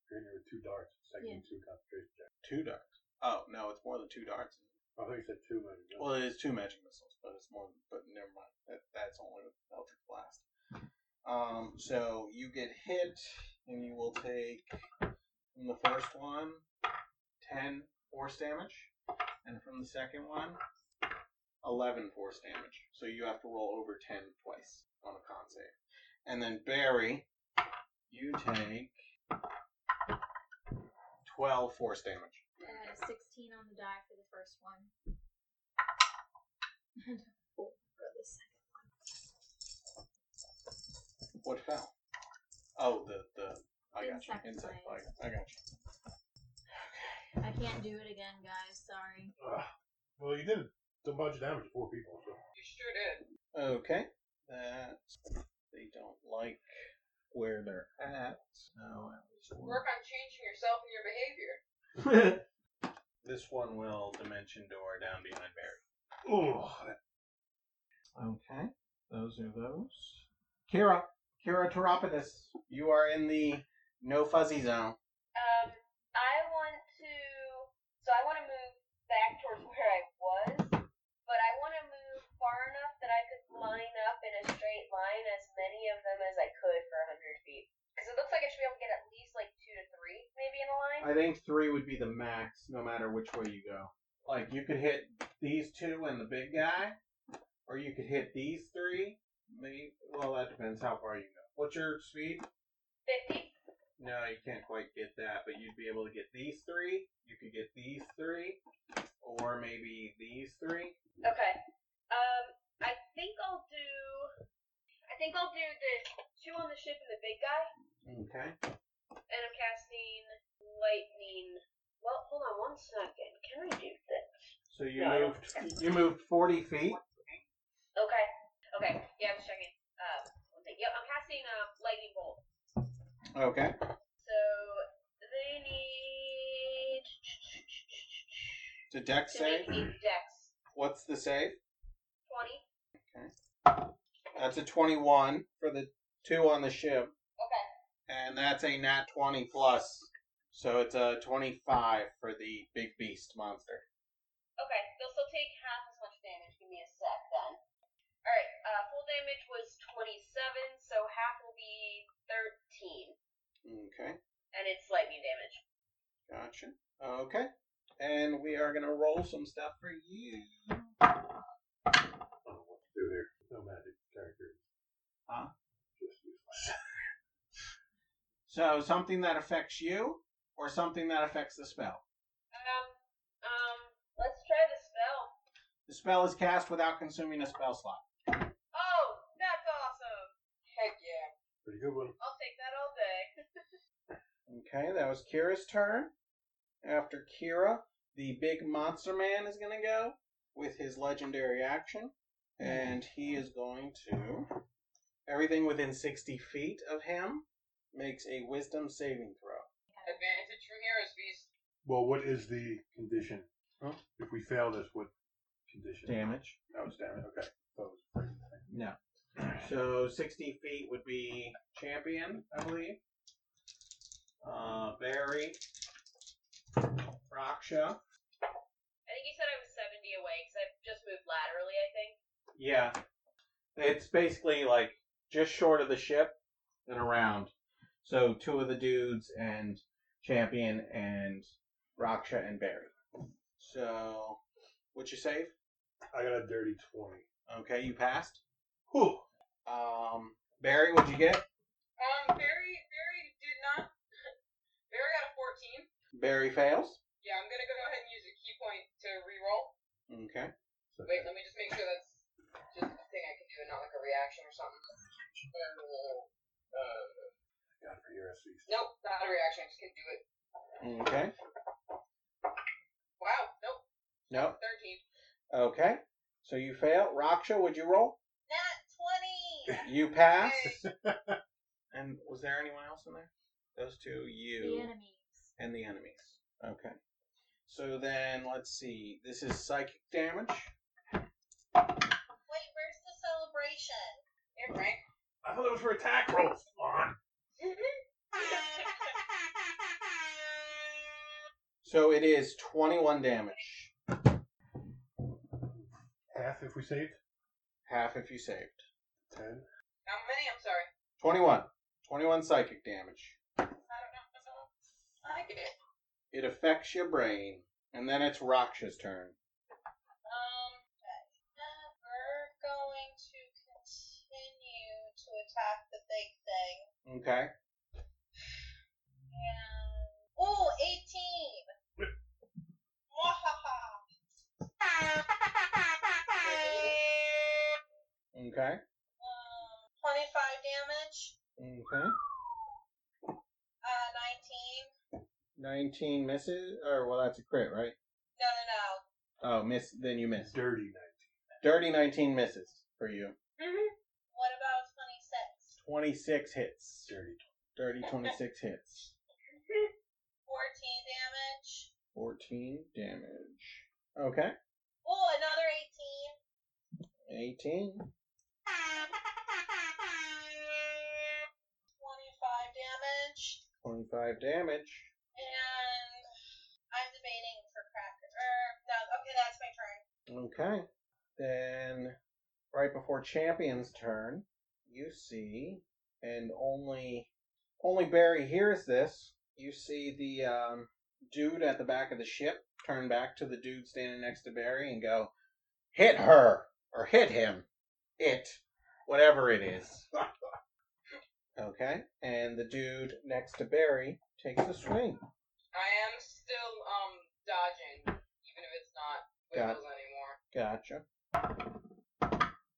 You're in there with two darts. Second
Yeah.
two concentration check.
Two darts. Oh no, it's more than two darts.
I thought you said two, but no.
Well, it is two magic missiles, but it's more. But never mind. That that's only with Eldritch Blast. Um, so you get hit, and you will take. Let From the first one, 10 force damage. And from the second one, 11 force damage. So you have to roll over 10 twice on a con save. And then Barry, you take 12 force damage.
Uh, 16 on the die for the first one. And four for the second.
What fell? Oh, the, the, I got
Insect
you. Insect
bite.
bite. I got you.
I can't do it again, guys. Sorry.
Ugh. Well, you did a bunch of damage to four people. So.
You sure did.
Okay. That they don't like where they're at. So at least
Work on changing yourself and your behavior.
this one will dimension door down behind Barry.
Oh,
Okay. Those are those. Kira, Kira Teropidus, you are in the no fuzzy zone.
Um, I want to. So I want to move back towards where I was, but I want to move far enough that I could line up in a straight line as many of them as I could for 100 feet. Because it looks like I should be able to get at least like two to three, maybe in a line.
I think three would be the max, no matter which way you go. Like you could hit these two and the big guy, or you could hit these three. Maybe well, that depends how far you go. What's your speed?
50.
No, you can't quite get that, but you'd be able to get these three. You could get these three, or maybe these three.
Okay. Um, I think I'll do. I think I'll do the two on the ship and the big guy,
Okay.
and I'm casting lightning. Well, hold on one second. Can I do this?
So you moved. You moved forty feet.
Okay. Okay. Yeah, I'm just checking. Uh, one thing. Yep, I'm casting uh, lightning bolt.
Okay.
So they need
To deck
to make
save.
a dex
What's the save?
twenty.
That's a twenty-one for the two on the ship,
Okay.
and that's a nat twenty plus. So it's a twenty-five for the big beast monster.
Okay. They'll still take half as much damage. Give me a sec then. All right. Uh, full damage was twenty-seven, so half will be thirteen,
Okay.
and it's lightning damage.
Gotcha. Okay. And we are gonna roll some stuff for you.
I don't know what to do here. No magic characters.
Huh?
Just useless.
So something that affects you, or something that affects the spell.
Um. Um. Let's try the spell.
The spell is cast without consuming a spell slot.
Oh, that's awesome.
Heck yeah.
Pretty good one.
I'll take that all day.
Okay, that was Kira's turn. After Kira, the big monster man is gonna go with his legendary action, and he is going to everything within sixty feet of him makes a Wisdom saving throw.
Advantage from Heroes Feast.
Well, what is the condition? If we fail this, what condition? Oh,
Damage.
That was damage. Okay. That was pretty good.
No. So 60 feet would be champion, I believe. Uh, Barry. Raksha.
I think you said I was 70 away because I've just moved laterally, I think.
Yeah. It's basically like just short of the ship and around. So two of the dudes and champion and Raksha and Barry. So, what you save?
I got a dirty 20.
Okay, you passed.
Whew.
Um, Barry, what'd you get?
Um, Barry, Barry did not. Barry got a 14.
Barry fails.
Yeah, I'm gonna go ahead and use a key point to reroll.
Okay.
So-
Wait, let me just make sure that's just a thing I can do and not like a reaction or something. Uh,
God, for your SVs.
nope, not a reaction. I just can do it.
Okay.
Wow, nope,
Nope.
13.
Okay. So you fail. Raksha, would you roll?
Not 20!
You pass. and was there anyone else in there? Those two,
The
you
enemies.
and the enemies. Okay. So then let's see. This is psychic damage.
Wait, where's the celebration?
Here, Frank.
I thought it was for attack rolls. Come on.
So it is 21 damage.
Half if we saved.
Half if you saved.
10.
How many? I'm sorry.
21. 21 psychic damage.
I don't know. I
It affects your brain. And then it's Raksha's turn.
Um, uh, we're going to continue to attack the big thing.
Okay.
And ooh, eighteen. Mwahaha.
Okay.
Um, twenty-five damage.
Okay.
Uh, nineteen.
19 misses. Or, well, that's a crit, right?
No, no, no.
Oh, miss. Then you miss.
Dirty night.
Dirty 19 misses for you.
What about twenty-six?
26 hits.
Dirty.
Dirty 26 hits.
Fourteen damage.
14 damage. Okay.
Ooh, another eighteen.
18.
25 damage,
25 damage.
and I'm debating for cracker. Er, no, okay, that's my turn.
Okay. Then, right before Champion's turn, you see, and only only Barry hears this. You see the um, dude at the back of the ship turn back to the dude standing next to Barry and go, "Hit her or hit him, it, whatever it is." okay. And the dude next to Barry takes a swing.
I am still um dodging, even if it's not
Got
whistles anymore.
Gotcha.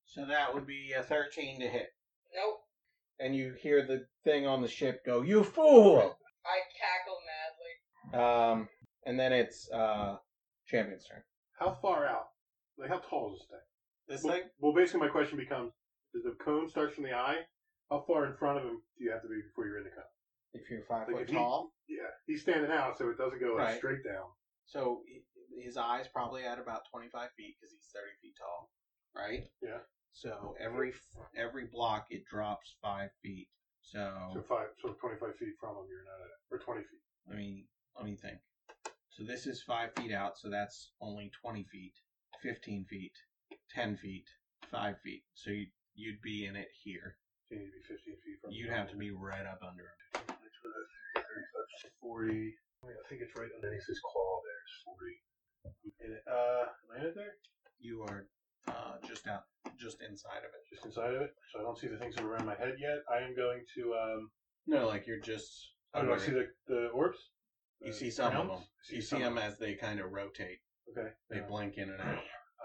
So that would be a thirteen to hit.
Nope.
and you hear the thing on the ship go, "You fool!"
I cackle madly.
Um, and then it's uh, champion's turn.
How far out? Like, how tall is this thing?
This
well,
thing,
well, basically, my question becomes: Does the cone starts from the eye? How far in front of him do you have to be before you're in the cone?
if you're five
Like
foot
if he-
tall,
Yeah, he's standing out, so it doesn't go like,
Right.
straight down.
so he- his eyes probably at about twenty five feet because he's thirty feet tall, right?
Yeah.
So every f- every block it drops five feet. So
So five, so twenty-five feet from him, you're not at, or twenty feet.
let me let me think. So this is five feet out, so that's only twenty feet, fifteen feet, ten feet, five feet. So you you'd be in it here.
You need to be fifteen feet from.
You'd
him.
have to be right up under him.
Forty. I mean, I think it's right underneath his claw. There's forty. And it, uh, am I in it there?
You are uh, just out, just inside of it.
Just inside of it, so I don't see the things that are around my head yet. I am going to. um
No, like you're just.
Oh, do I see the the orbs?
you
The
see some of
crowns?
them.
I
You see
some of
them as they kind of rotate.
Okay.
They
yeah.
blink in and out.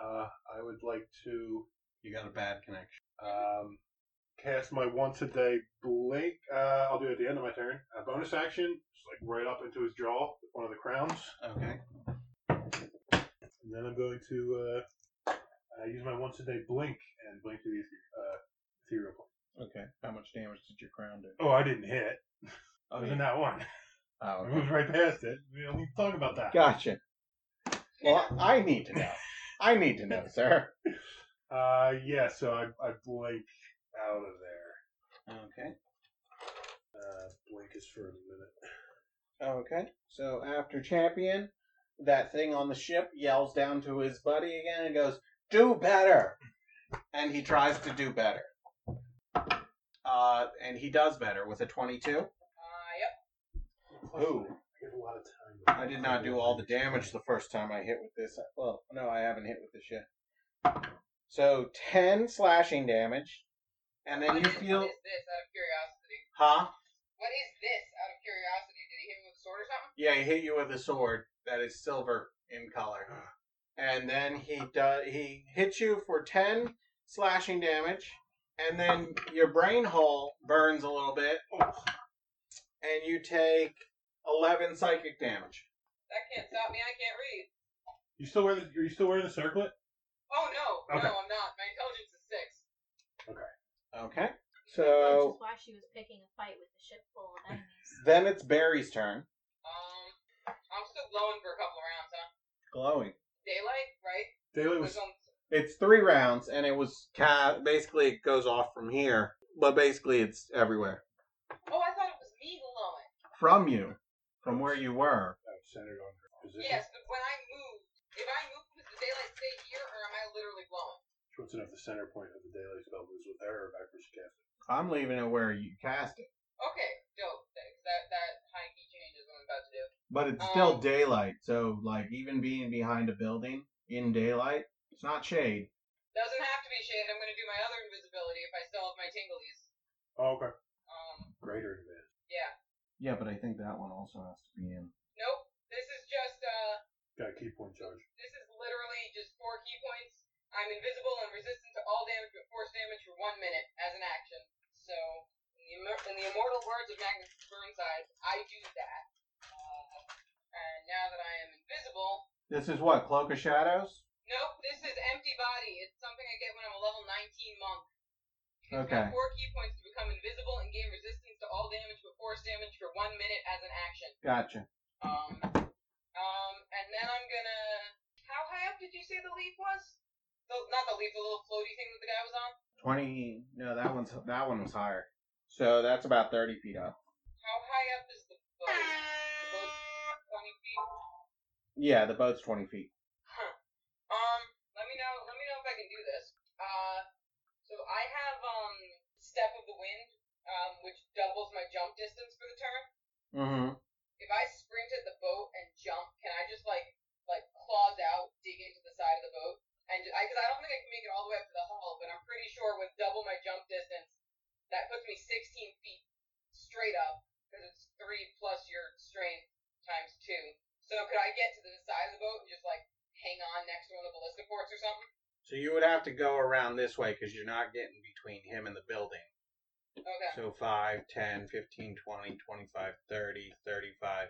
Uh, I would like to
You got a bad connection.
um, cast my once a day blink. Uh, I'll do it at the end of my turn. A bonus action, just like right up into his jaw, with one of the crowns,
Okay.
and then I'm going to uh, uh, use my once a day blink and blink to the ether- uh, ethereal plane.
Okay. How much damage did your crown do?
Oh, I didn't hit. I
Oh,
was
yeah.
in that one.
Oh,
I
okay.
moved right past it. We don't need to talk about that.
Gotcha. Well, I need to know. I need to know, sir.
Uh, yeah. So I, I blink out of there.
Okay.
Uh, blink is for a minute.
Okay. So after champion, that thing on the ship yells down to his buddy again and goes, "Do better," and he tries to do better. Uh, and he does better with a twenty-two.
Uh, yep.
Who?
I get a lot of time.
I did not do all the damage the first time I hit with this. Well, no, I haven't hit with this yet. So ten slashing damage, and then
What
you
is-
feel,
What is this? Out of curiosity.
huh?
What is this? Out of curiosity. Did he hit me with a sword or something?
Yeah, he hit you with a sword that is silver in color, and then he does he hits you for ten slashing damage, and then your brain hole burns a little bit, and you take eleven psychic damage.
That can't stop me. I can't read.
You still wear the? Are you still wearing the circlet?
Oh no,
Okay.
no, I'm not. My intelligence is six.
Okay,
Which
so
is why she was picking a fight with the ship full of enemies.
then it's Barry's turn.
Um, I'm still glowing for a couple of rounds, huh?
Glowing.
Daylight, right?
Daily was
Was on-
It's three rounds, and it was ca- basically it goes off from here, but basically it's everywhere
Oh, I thought it was me glowing.
from you, from where you were.
uh, centered on her position.
Yes, but when I moved, if I move, does the daylight stay here, or am I literally glowing?
What's enough the center point of the daily spell was with her backwards cast.
I'm leaving it where you cast it.
Okay, dope. That that, that high key changes on about to do.
But it's still
Um,
daylight, so like even being behind a building in daylight, it's not shade.
Doesn't have to be shade. I'm going to do my other invisibility if I still have my tinglies.
Oh, okay.
Um,
Greater than that.
yeah.
Yeah, but I think that one also has to be in.
Nope. This is just uh,
Got to keep one charge.
this is literally just four key points. I'm invisible and resistant to all damage but force damage for one minute as an action. So, in the, immor- in the immortal words of Magnus Burnside, I do that. Uh, and now that I am invisible,
This is what cloak of shadows.
nope, this is empty body. It's something I get when I'm a level 19 monk. You can
Okay.
spend Four key points to become invisible and gain resistance to all damage but force damage for one minute as an action.
Gotcha.
Um, um, and then I'm gonna. How high up did you say the leaf was? The, not the leaf, the little floaty thing that the guy was on.
Twenty. No, that one's that one was higher. So that's about thirty feet up.
How high up is the boat? The boat's 20 feet.
Yeah, the boat's twenty feet.
Huh. Um, let me know. Let me know if I can do this. Uh, so I have um step of the wind, um, which doubles my jump distance for the turn.
Mm-hmm.
If I sprint at the boat and jump, can I just like like claws out, dig into the side of the boat? And because I, 'cause I don't think I can make it all the way up to the hull, but I'm pretty sure with double my jump distance, that puts me 16 feet straight up because it's three plus your strength times two. So could I get to the side of the boat and just like hang on next to one of the ballista ports or something?
So you would have to go around this way because you're not getting between him and the building.
Okay.
So 5, 10, 15, 20, 25, 30, 35,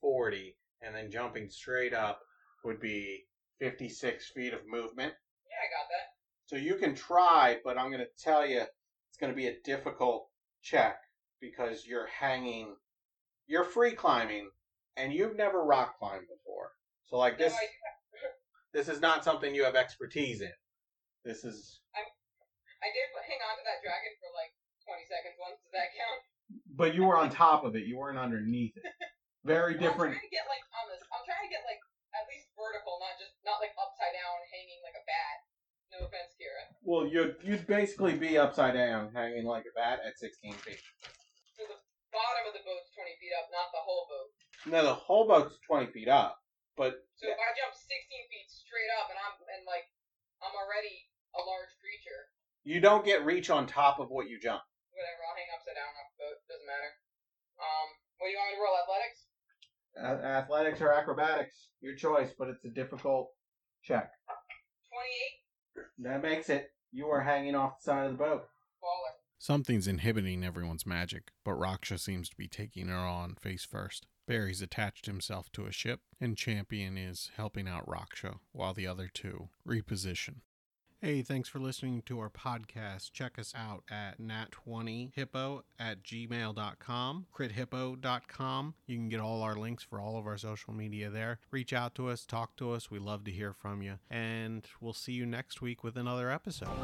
40, and then jumping straight up would be 56 feet of movement.
Yeah, I got that.
So you can try, but I'm going to tell you it's going to be a difficult check because you're hanging, you're free climbing, and you've never rock climbed before. So, like
No,
this,
I,
this is not something you have expertise in. This is,
I did hang on to that dragon for like 20 seconds once. Does that count?
but you were on top of it, you weren't underneath it. Very
I'm trying to get like on this. I'm trying to get like at least vertical, not just not like upside down hanging like a bat. No offense, Kira.
Well, you'd you'd basically be upside down, hanging like a bat at 16 feet.
So the bottom of the boat's 20 feet up, not the whole boat.
No, the whole boat's 20 feet up, but
So if I jump 16 feet straight up and I'm and like I'm already a large creature,
you don't get reach on top of what you jump.
whatever. I'll hang upside down off the boat. Doesn't matter. Um, what do you want me to roll? Athletics.
athletics or acrobatics, your choice, but it's a difficult check.
28
That makes it. You are hanging off the side of the boat.
baller.
Something's inhibiting everyone's magic, but Raksha seems to be taking her on face first. Barry's attached himself to a ship, and Champion is helping out Raksha while the other two reposition. Hey, thanks for listening to our podcast. Check us out at nat20hippo at gmail.com, crithippo.com. You can get all our links for all of our social media there. Reach out to us, talk to us. We love to hear from you. And we'll see you next week with another episode.